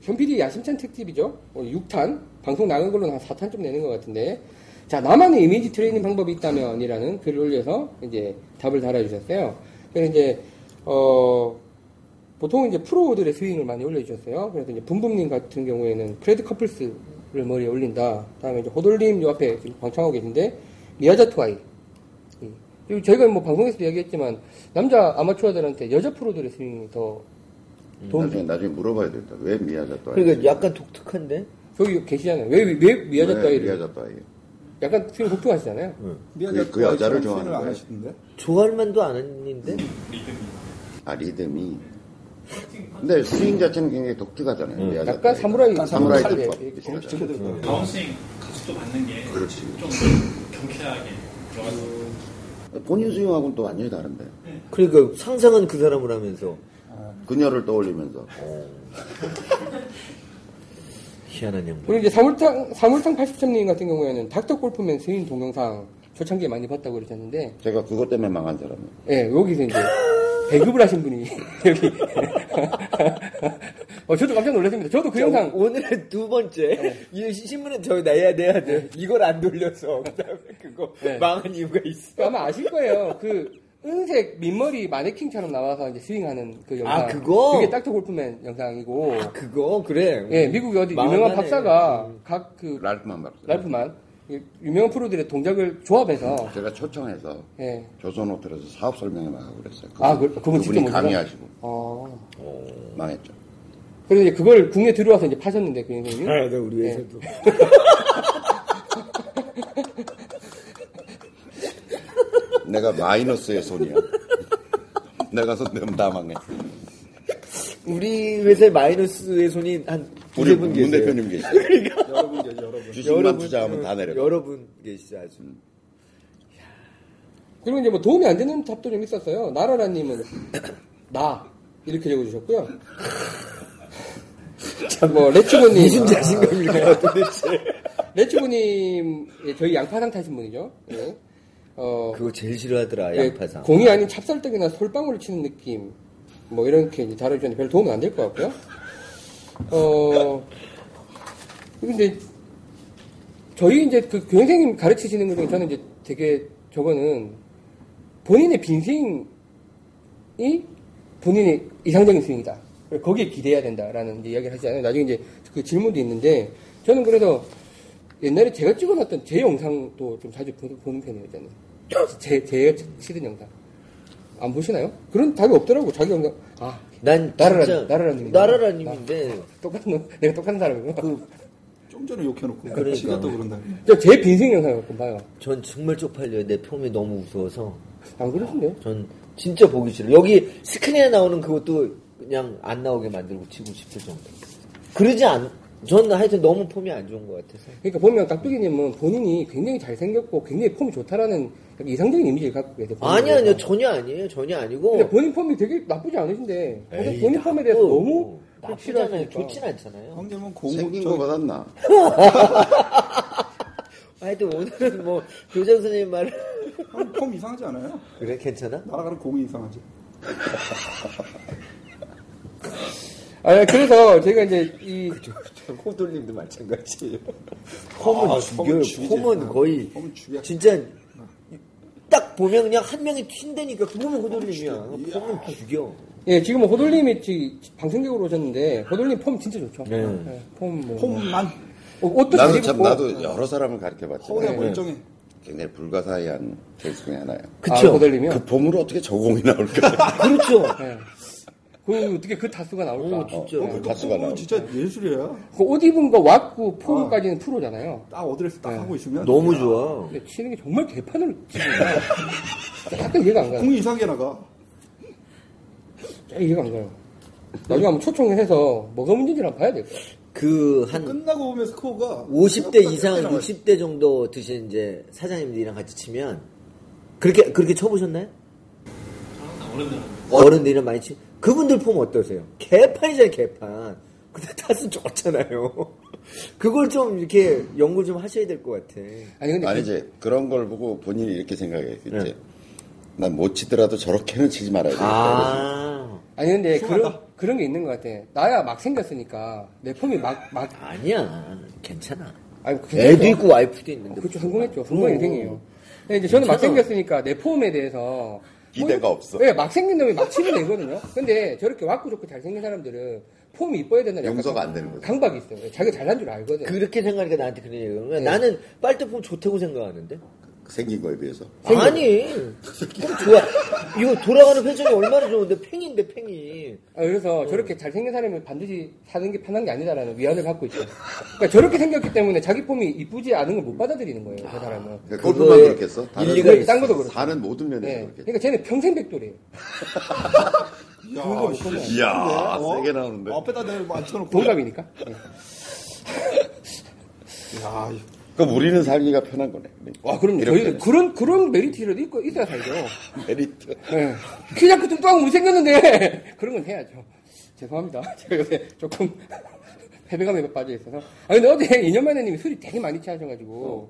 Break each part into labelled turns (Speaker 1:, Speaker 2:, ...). Speaker 1: 현PD 야심찬 특집이죠. 6탄 방송 나간 걸로 한 4탄 좀 내는 것 같은데 자 나만의 이미지 트레이닝 방법이 있다면이라는 글을 올려서 이제 답을 달아주셨어요. 그래서 이제 어, 보통 이제 프로들의 스윙을 많이 올려주셨어요. 그래서 이제 붐붐님 같은 경우에는 프레드 커플스를 머리에 올린다. 다음에 이제 호돌님 요 앞에 지금 방청하고 계신데 미야자토아이. 예. 그리고 저희가 뭐 방송에서도 얘기했지만 남자 아마추어들한테 여자 프로들의 스윙이 더 도움
Speaker 2: 나중에 나중에 물어봐야 되겠다. 왜 미야자또 아이?
Speaker 3: 그러니까 약간 독특한데?
Speaker 1: 저기 계시잖아요. 왜, 왜 네, 미야자토아이를
Speaker 2: 미야자또 아이.
Speaker 1: 약간 지금 독특하시잖아요.
Speaker 3: 네,
Speaker 2: 그- 그 여자를 좋아하는
Speaker 4: 안
Speaker 2: 거예요?
Speaker 4: 하시던데?
Speaker 3: 좋아할 만도 안 했는데?
Speaker 2: 아 리듬이. 근데 스윙 자체는 굉장히 독특하잖아요. 미야자또
Speaker 1: 음, 약간
Speaker 2: 아이가.
Speaker 1: 사무라이
Speaker 2: 사무라이
Speaker 1: 칼-
Speaker 2: 듯
Speaker 1: 예,
Speaker 2: 비슷하잖아요.
Speaker 5: 다운스윙 그 가속도 받는 게 좀
Speaker 2: 그렇지.
Speaker 5: 경쾌하게 들어가서
Speaker 2: 본인 스윙하고는 또 완전히 다른데.
Speaker 3: 그러니까 상상은 그 사람을 하면서
Speaker 2: 그녀를 떠올리면서.
Speaker 3: 희한한 양반.
Speaker 1: 그리고 이제 사물탕, 사물탕 83님 같은 경우에는 닥터 골프맨 스윙 동영상 초창기에 많이 봤다고 그러셨는데,
Speaker 2: 제가 그것 때문에 망한 사람이에요.
Speaker 1: 예, 여기서 이제 배급을 하신 분이 여기. 어, 저도 깜짝 놀랐습니다. 저도 그 영상 네.
Speaker 3: 오늘의 두 번째 이 신문에 저 내야 내야 돼 이걸 안 돌려서 그다음에 그거
Speaker 1: 네.
Speaker 3: 망한 이유가 있어
Speaker 1: 아마 아실 거예요. 그 은색 민머리 마네킹처럼 나와서 이제 스윙하는 그 영상.
Speaker 3: 아, 그거?
Speaker 1: 게 닥터 골프맨 영상이고.
Speaker 3: 아 음. 그거 그래
Speaker 1: 예, 미국의 어디 유명한
Speaker 3: 망하네.
Speaker 1: 박사가 각 그
Speaker 2: 랄프만 박사.
Speaker 1: 랄프만 이 유명한 프로들의 동작을 조합해서
Speaker 2: 제가 초청해서
Speaker 1: 예.
Speaker 2: 조선 호텔에서 사업 설명회 나가고 그랬어요.
Speaker 1: 아, 그- 그분 직접
Speaker 2: 이
Speaker 1: 오셨어요?
Speaker 2: 강의하시고
Speaker 1: 어.
Speaker 2: 망했죠.
Speaker 1: 그래서 이제 그걸 국내 들어와서 이제 파셨는데 그 선생님.
Speaker 3: 아, 나 우리 회사도
Speaker 2: 내가 마이너스의 손이야. 내가 손 대면 다 망해.
Speaker 3: 우리 회사에 마이너스의 손이 한
Speaker 2: 우리
Speaker 3: 두세 분
Speaker 2: 문
Speaker 3: 계세요
Speaker 2: 대표님 계시죠.
Speaker 4: 여러분 계시 여러분.
Speaker 2: 주식만 투자하면 다 내려. 가
Speaker 3: 여러분 계시죠 아주
Speaker 1: 그리고 이제 뭐 도움이 안 되는 답도 좀 있었어요. 나라라님은 나 이렇게 적어주셨고요. 뭐 레츠고님 아,
Speaker 3: 무슨 자신감일까 도대체
Speaker 1: 레츠고님 예, 저희 양파상 타신 분이죠. 예. 어,
Speaker 3: 그거 제일 싫어하더라
Speaker 1: 예,
Speaker 3: 양파상
Speaker 1: 공이 아닌 찹쌀떡이나 솔방울을 치는 느낌 뭐 이렇게 이제 다뤄주는데 별 도움은 안 될 것 같고요. 어 근데 저희 이제 그 교행생님 가르치시는 것 중에 저는 이제 되게 저거는 본인의 빈생이 본인의 이상적인 스윙이다. 그래서 거기에 기대해야 된다라는 이제 이야기를 하시잖아요. 나중에 이제 그 질문도 있는데 저는 그래서 옛날에 제가 찍어놨던 제 영상도 좀 자주 보- 보는 편이에요, 저는. 제, 제 치는 영상. 안 보시나요? 그런 답이 없더라고, 자기 영상. 아,
Speaker 3: 난
Speaker 1: 나라라-
Speaker 3: 진짜
Speaker 1: 나라라님이다.
Speaker 3: 나라라님인데
Speaker 1: 똑같은, 놈, 내가 똑같은 사람이구나.
Speaker 3: 그
Speaker 4: 좀 전에 욕해놓고
Speaker 3: 그러니까.
Speaker 4: 지가 또 그런다.
Speaker 1: 저 제 빈생 영상을 좀 봐요.
Speaker 3: 전 정말 쪽팔려요 내 폼이 너무 무서워서
Speaker 1: 안 그러신데요?
Speaker 3: 전 진짜 보기 싫어. 여기 스크린에 나오는 그것도 그냥 안 나오게 만들고 치고 싶을 정도. 그러지 않, 전 하여튼 너무 폼이 안 좋은 것 같아서.
Speaker 1: 그러니까 보면 깍두기님은 본인이 굉장히 잘생겼고 굉장히 폼이 좋다라는 약간 이상적인 이미지를 갖고 계세요. 본인에
Speaker 3: 아니,
Speaker 1: 대해서.
Speaker 3: 아니요. 전혀 아니에요. 전혀 아니고.
Speaker 1: 음. 근데 본인 폼이 되게 나쁘지 않으신데
Speaker 3: 어. 에이,
Speaker 1: 본인 폼에 대해서
Speaker 3: 나쁘-
Speaker 1: 너무
Speaker 3: 나쁘잖아요.
Speaker 1: 싫어하시니까.
Speaker 3: 좋진 않잖아요.
Speaker 4: 형님은 공부
Speaker 2: 생긴 거보다 나.
Speaker 3: 하여튼 오늘은 뭐, 교장 선생님 말
Speaker 4: 폼 이상하지 않아요?
Speaker 3: 그래, 괜찮아?
Speaker 4: 날아가는 공이 이상하지.
Speaker 1: 아, 그래서 제가 이제 이
Speaker 3: 호돌님도 마찬가지예요. 폼은
Speaker 4: 아,
Speaker 3: 죽여요.
Speaker 4: 폼은 죽이지.
Speaker 3: 폼은 거의.
Speaker 4: 폼은 죽여.
Speaker 3: 진짜. 딱 보면 그냥 한 명이 튄다니까 그거면 호돌님이야. 폼은 죽여.
Speaker 1: 예, 지금 뭐 호돌님이 지- 방송객으로 오셨는데 호돌님 폼 진짜 좋죠.
Speaker 3: 네.
Speaker 1: 예, 폼 뭐.
Speaker 2: 음.
Speaker 4: 폼만
Speaker 1: 어, 아, 옷도 잘
Speaker 2: 나도
Speaker 1: 입고
Speaker 2: 참 나도 여러 사람을 가르쳐
Speaker 4: 허우야
Speaker 2: 봤지만
Speaker 4: 멀쩡해.
Speaker 2: 굉장히 불가사의한 케이스 중에 하나예요.
Speaker 1: 아,
Speaker 3: 그쵸?
Speaker 1: 호돌님이요.
Speaker 2: 그 폼으로 어떻게 저공이 나올까?
Speaker 3: 그렇죠.
Speaker 1: 예. 그 어떻게 그 다수가 나올까?
Speaker 3: 어, 진짜.
Speaker 2: 어, 그 다수가
Speaker 4: 폼은
Speaker 2: 나오.
Speaker 4: 진짜 예술이야.
Speaker 1: 그 옷 입은 거 왔고
Speaker 3: 어.
Speaker 1: 폼까지는 프로잖아요.
Speaker 4: 딱 어드레스
Speaker 2: 네.
Speaker 4: 딱 하고 있으면
Speaker 3: 너무 좋아.
Speaker 1: 근데 치는 게 정말 개판으로 치는 거야. 약간 이해가 안 가요.
Speaker 3: 음.
Speaker 4: 공이 이상하게 나가.
Speaker 1: 야, 이해가 안 가요. 나중에 한번 초청해서 뭐가 문제인지 한번 봐야 될 거야.
Speaker 3: 그 한
Speaker 4: 끝나고 오면 스코어가
Speaker 3: 50대 이상,
Speaker 4: 나와요.
Speaker 3: 60대 정도 드신 이제 사장님들이랑 같이 치면 그렇게 그렇게 쳐보셨나요?
Speaker 5: 어른들은
Speaker 3: 어른들이랑 많이 치. 그분들 폼 어떠세요? 개판이잖아요, 개판. 근데 타수 좋잖아요. 그걸 좀 이렇게 연구 좀 하셔야 될 것 같아.
Speaker 1: 아니 근데 그-
Speaker 2: 아니지 그런 걸 보고 본인이 이렇게 생각했겠지.
Speaker 3: 네.
Speaker 2: 난 못 치더라도 저렇게는 치지 말아야 되겠다.
Speaker 3: 아,
Speaker 1: 아니 근데 그런
Speaker 4: 흉하다.
Speaker 1: 그런 게 있는 것 같아. 나야 막 생겼으니까 내 폼이 막 막
Speaker 3: 아니야 괜찮아
Speaker 1: 아니 그
Speaker 3: 애도 있고 음. 와이프도 있는데
Speaker 1: 그렇죠
Speaker 3: 무슨
Speaker 1: 성공했죠.
Speaker 3: 말이야.
Speaker 1: 성공 인생이에요. 근데 이제 저는 막
Speaker 3: 괜찮아.
Speaker 1: 생겼으니까 내 폼에 대해서
Speaker 2: 기대가 없어.
Speaker 1: 네, 막 생긴 놈이 막 치는 애거든요. 근데 저렇게 왁구 좋고 잘생긴 사람들은 폼이 이뻐야 된다는 약간
Speaker 2: 용서가
Speaker 1: 강-
Speaker 2: 안 되는 거죠.
Speaker 1: 강박이 있어요. 예, 자기가 잘난 줄 알거든. 요
Speaker 3: 그렇게 생각하니까 나한테 그런 얘기를 하는 거야
Speaker 1: 네.
Speaker 3: 나는 빨대품 좋다고 생각하는데
Speaker 2: 생긴 거에 비해서.
Speaker 3: 아니 그럼 좋아 이거 돌아가는 회전이 얼마나 좋은데 팽인데 팽이
Speaker 1: 아, 그래서 저렇게 잘생긴 사람을 반드시 사는 게 편한 게 아니다라는 위안을 갖고 있죠. 그러니까 저렇게 생겼기 때문에 자기 폼이 이쁘지 않은 걸 못 받아들이는 거예요. 그 사람은.
Speaker 2: 그러니까 골프만
Speaker 3: 그거에
Speaker 2: 그렇겠어? 다른,
Speaker 3: 일리가 있어.
Speaker 1: 딴 것도 그렇죠.
Speaker 2: 다른 모든 면에서
Speaker 1: 네.
Speaker 2: 그렇겠어.
Speaker 1: 그러니까 쟤는 평생 백돌이에요.
Speaker 4: 그거 뭐 있어. 뭐 어?
Speaker 2: 이야, 아, 세게 나오는데.
Speaker 4: 앞에다 내가 맞춰놓고.
Speaker 1: 동갑이니까. 네.
Speaker 4: 야,
Speaker 2: 그럼 우리는 살기가 편한 거네.
Speaker 1: 와, 아, 그럼
Speaker 2: 아, 이렇게.
Speaker 1: 저희는 그런, 그런 메리트라도 있고, 있어야 살죠.
Speaker 2: 메리트.
Speaker 1: 네. 키 작고 뚱뚱하고 못생겼는데, 그런 건 해야죠. 죄송합니다. 제가 요새 조금 패배감에 빠져 있어서. 아, 근데 어제 이년만에님이 술이 되게 많이 취하셔가지고,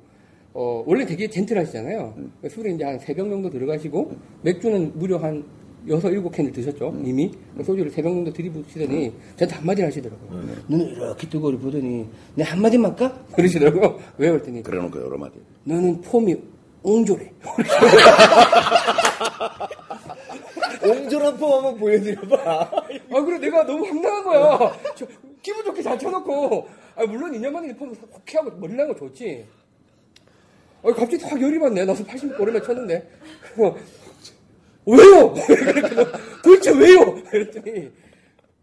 Speaker 1: 어, 원래 되게 젠틀하시잖아요.
Speaker 2: 음.
Speaker 1: 술이 이제 한 3병 정도 들어가시고, 맥주는 무려 한 6, 7캔을 드셨죠,
Speaker 2: 음.
Speaker 1: 이미. 소주를 3병 정도 들이부시더니, 저한테 한마디를 하시더라고요.
Speaker 2: 음.
Speaker 1: 눈을 이렇게 뜨고 보더니, 내 한마디만 할까? 그러시더라고요. 왜? 그랬더니,
Speaker 2: 그래놓고 여러 마디.
Speaker 1: 너는 폼이 옹졸해.
Speaker 3: 옹졸한 폼 한번 보여드려봐
Speaker 1: 아, 그래, 내가 너무 황당한 거야. 저, 기분 좋게 잘 쳐놓고. 아, 물론 2년 만에 리폼 호쾌하고 머리 난거 좋지. 아, 갑자기 확 열이 받네. 나서 80 오랜만에 쳤는데. 그래서, 왜요? 그래서, 도대체 왜요? 그랬더니,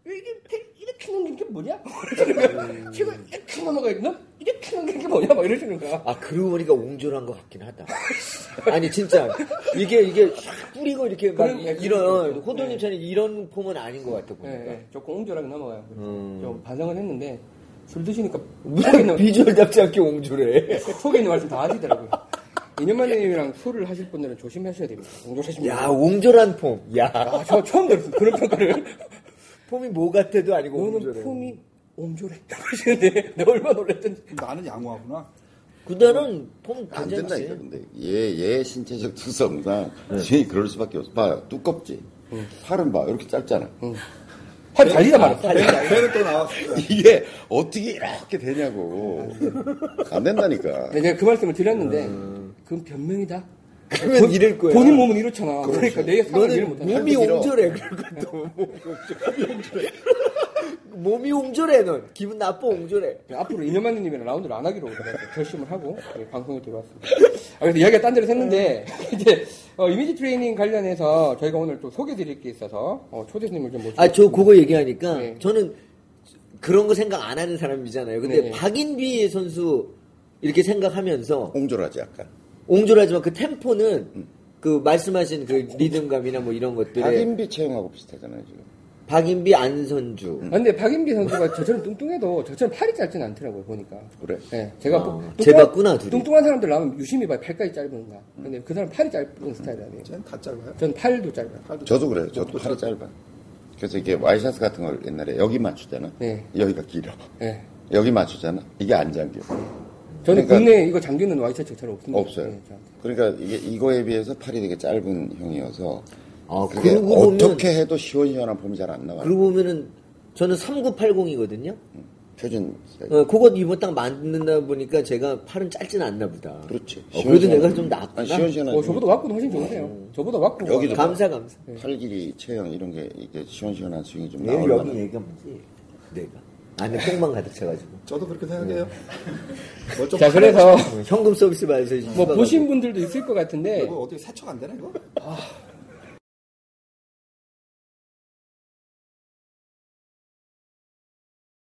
Speaker 1: 이게, 팩- 이렇게 넣는 게 뭐냐? 이러시는 거야. 제가 이렇게 넘어가야 되나? 이렇게 넣는 게 뭐냐? 막 이러시는 거야.
Speaker 3: 아 그러고 보니까 옹졸한 것 같긴 하다. 아니 진짜 이게 이게 샥 뿌리고 이렇게 막
Speaker 1: 그러니까 그런 약간
Speaker 3: 이런
Speaker 1: 있죠.
Speaker 3: 호도님처럼 이런 폼은 아닌 것 같아
Speaker 1: 예,
Speaker 3: 보니까.
Speaker 1: 예, 조금 옹졸하게 넘어가요. 좀 반성을 했는데, 술 드시니까 속에
Speaker 3: 무슨
Speaker 1: 있는-
Speaker 3: 비주얼답지 않게 옹졸해.
Speaker 1: 속에 있는 말씀 다 하시더라고요. 이년만님이랑 술을 하실 분들은 조심하셔야 됩니다. 조심하십니다.
Speaker 3: 야 옹졸한 폼. 야
Speaker 1: 아, 저 처음 들었어요. 그런 평가를.
Speaker 3: 폼이 뭐 같아도 아니고
Speaker 1: 너는
Speaker 3: 옹졸해.
Speaker 1: 폼이 옴졸해. 그러시는데 내가 얼마나 놀랐던지.
Speaker 4: 나는 양호하구나.
Speaker 3: 그다는 폼
Speaker 2: 안
Speaker 3: 굉장히 세.
Speaker 2: 된다니까, 근데. 얘, 얘 신체적 특성상,
Speaker 1: 네.
Speaker 2: 쟤 그럴 수밖에 없어. 봐요, 두껍지? 팔은 봐, 이렇게 짧잖아.
Speaker 1: 아, 팔 달리다 말았어.
Speaker 4: 배는 또 나왔어.
Speaker 2: 이게 어떻게 이렇게 되냐고. 안 된다니까.
Speaker 1: 네, 제가 그 말씀을 드렸는데, 그건 변명이다.
Speaker 3: 음. 그러면 이럴 거야. 그렇죠.
Speaker 1: 본인 몸은 이렇잖아. 그러니까 내가 상을 이해를
Speaker 3: 너는
Speaker 1: 못한다.
Speaker 3: 몸이
Speaker 2: 팔도 길어.
Speaker 3: 옹졸해. 그런 것도 몸이 옹졸해. 몸이 옹졸해 넌. 기분 나빠 옹졸해.
Speaker 1: 네, 앞으로 이년만님이랑 라운드를 안 하기로 제가 결심을 하고 네, 방송에 들어왔습니다. 아, 그래서 이야기가 딴 데로 샜는데,
Speaker 3: 음.
Speaker 1: 이제, 어, 이미지 트레이닝 관련해서 저희가 오늘 또 소개 드릴 게 있어서, 어, 초대님을 좀 모시고.
Speaker 3: 아, 저 그거 얘기하니까
Speaker 1: 네.
Speaker 3: 저는 그런 거 생각 안 하는 사람이잖아요. 근데
Speaker 1: 네.
Speaker 3: 박인비 선수 이렇게 생각하면서
Speaker 2: 옹졸하지, 약간.
Speaker 3: 옹졸하지만 그 템포는 그 말씀하신 그 리듬감이나 뭐 이런 것들에 박인...
Speaker 2: 박인비 체형하고 비슷하잖아요, 지금.
Speaker 3: 비 안선주
Speaker 1: 아, 근데 박인비 선수가 저처럼 뚱뚱해도 저처럼 팔이 짧진 않더라고요 보니까.
Speaker 2: 그래?
Speaker 1: 네, 제가
Speaker 3: 아,
Speaker 1: 뭐 뚱뚱한-
Speaker 3: 재봤구나, 둘이.
Speaker 1: 뚱뚱한 사람들 나오면 유심히 봐요 팔까지 짧은가. 근데 그 사람 팔이 짧은 스타일이에요.
Speaker 4: 쟤는 다 짧아요.
Speaker 1: 전 팔도 짧아요.
Speaker 2: 저도 그래요. 저도 팔이 짧아. 그래서 이게 와이셔츠 같은 걸 옛날에 여기 맞추잖아.
Speaker 1: 네.
Speaker 2: 여기가 길어.
Speaker 1: 네.
Speaker 2: 여기 맞추잖아. 이게 안 잠겨.
Speaker 1: 저는
Speaker 2: 그러니까-
Speaker 1: 국내에 이거 잠기는 와이셔츠 잘 없습니다.
Speaker 2: 없어요.
Speaker 1: 네, 저한테.
Speaker 2: 그러니까 이게 이거에 비해서 팔이 되게 짧은 형이어서
Speaker 3: 아,
Speaker 2: 그게
Speaker 3: 그러고 보면-
Speaker 2: 어떻게 해도 시원시원한 폼이 잘 안 나와요.
Speaker 3: 그러고 보면은 저는 3980이거든요.
Speaker 2: 표준
Speaker 3: 어, 그거 이번 딱 맞는다 보니까 제가 팔은 짧진 않나 보다.
Speaker 2: 그렇지.
Speaker 3: 어, 그래도
Speaker 2: 시원시원한-
Speaker 3: 내가 좀
Speaker 2: 아니,
Speaker 3: 낫구나.
Speaker 2: 시원시원한
Speaker 1: 어, 저보다 왁구도 훨씬 좋으세요. 저보다 왁구.
Speaker 2: 음. 여기도
Speaker 3: 감사 감사.
Speaker 2: 팔 길이 체형 이런 게 이게 시원시원한 스윙이 좀
Speaker 3: 내일
Speaker 2: 나올
Speaker 3: 여기
Speaker 2: 만한.
Speaker 3: 얘기하면 되지. 내가 안에 똥만 가득 차가지고.
Speaker 4: 저도 그렇게 생각해요.
Speaker 2: 네.
Speaker 4: 뭐좀
Speaker 1: 자 그래서
Speaker 2: 음.
Speaker 3: 현금 서비스 받아서
Speaker 1: 뭐
Speaker 3: 휴가 가고.
Speaker 4: 뭐
Speaker 1: 보신 분들도 있을 것 같은데
Speaker 4: 이거 어떻게 사척 안 되나 이거?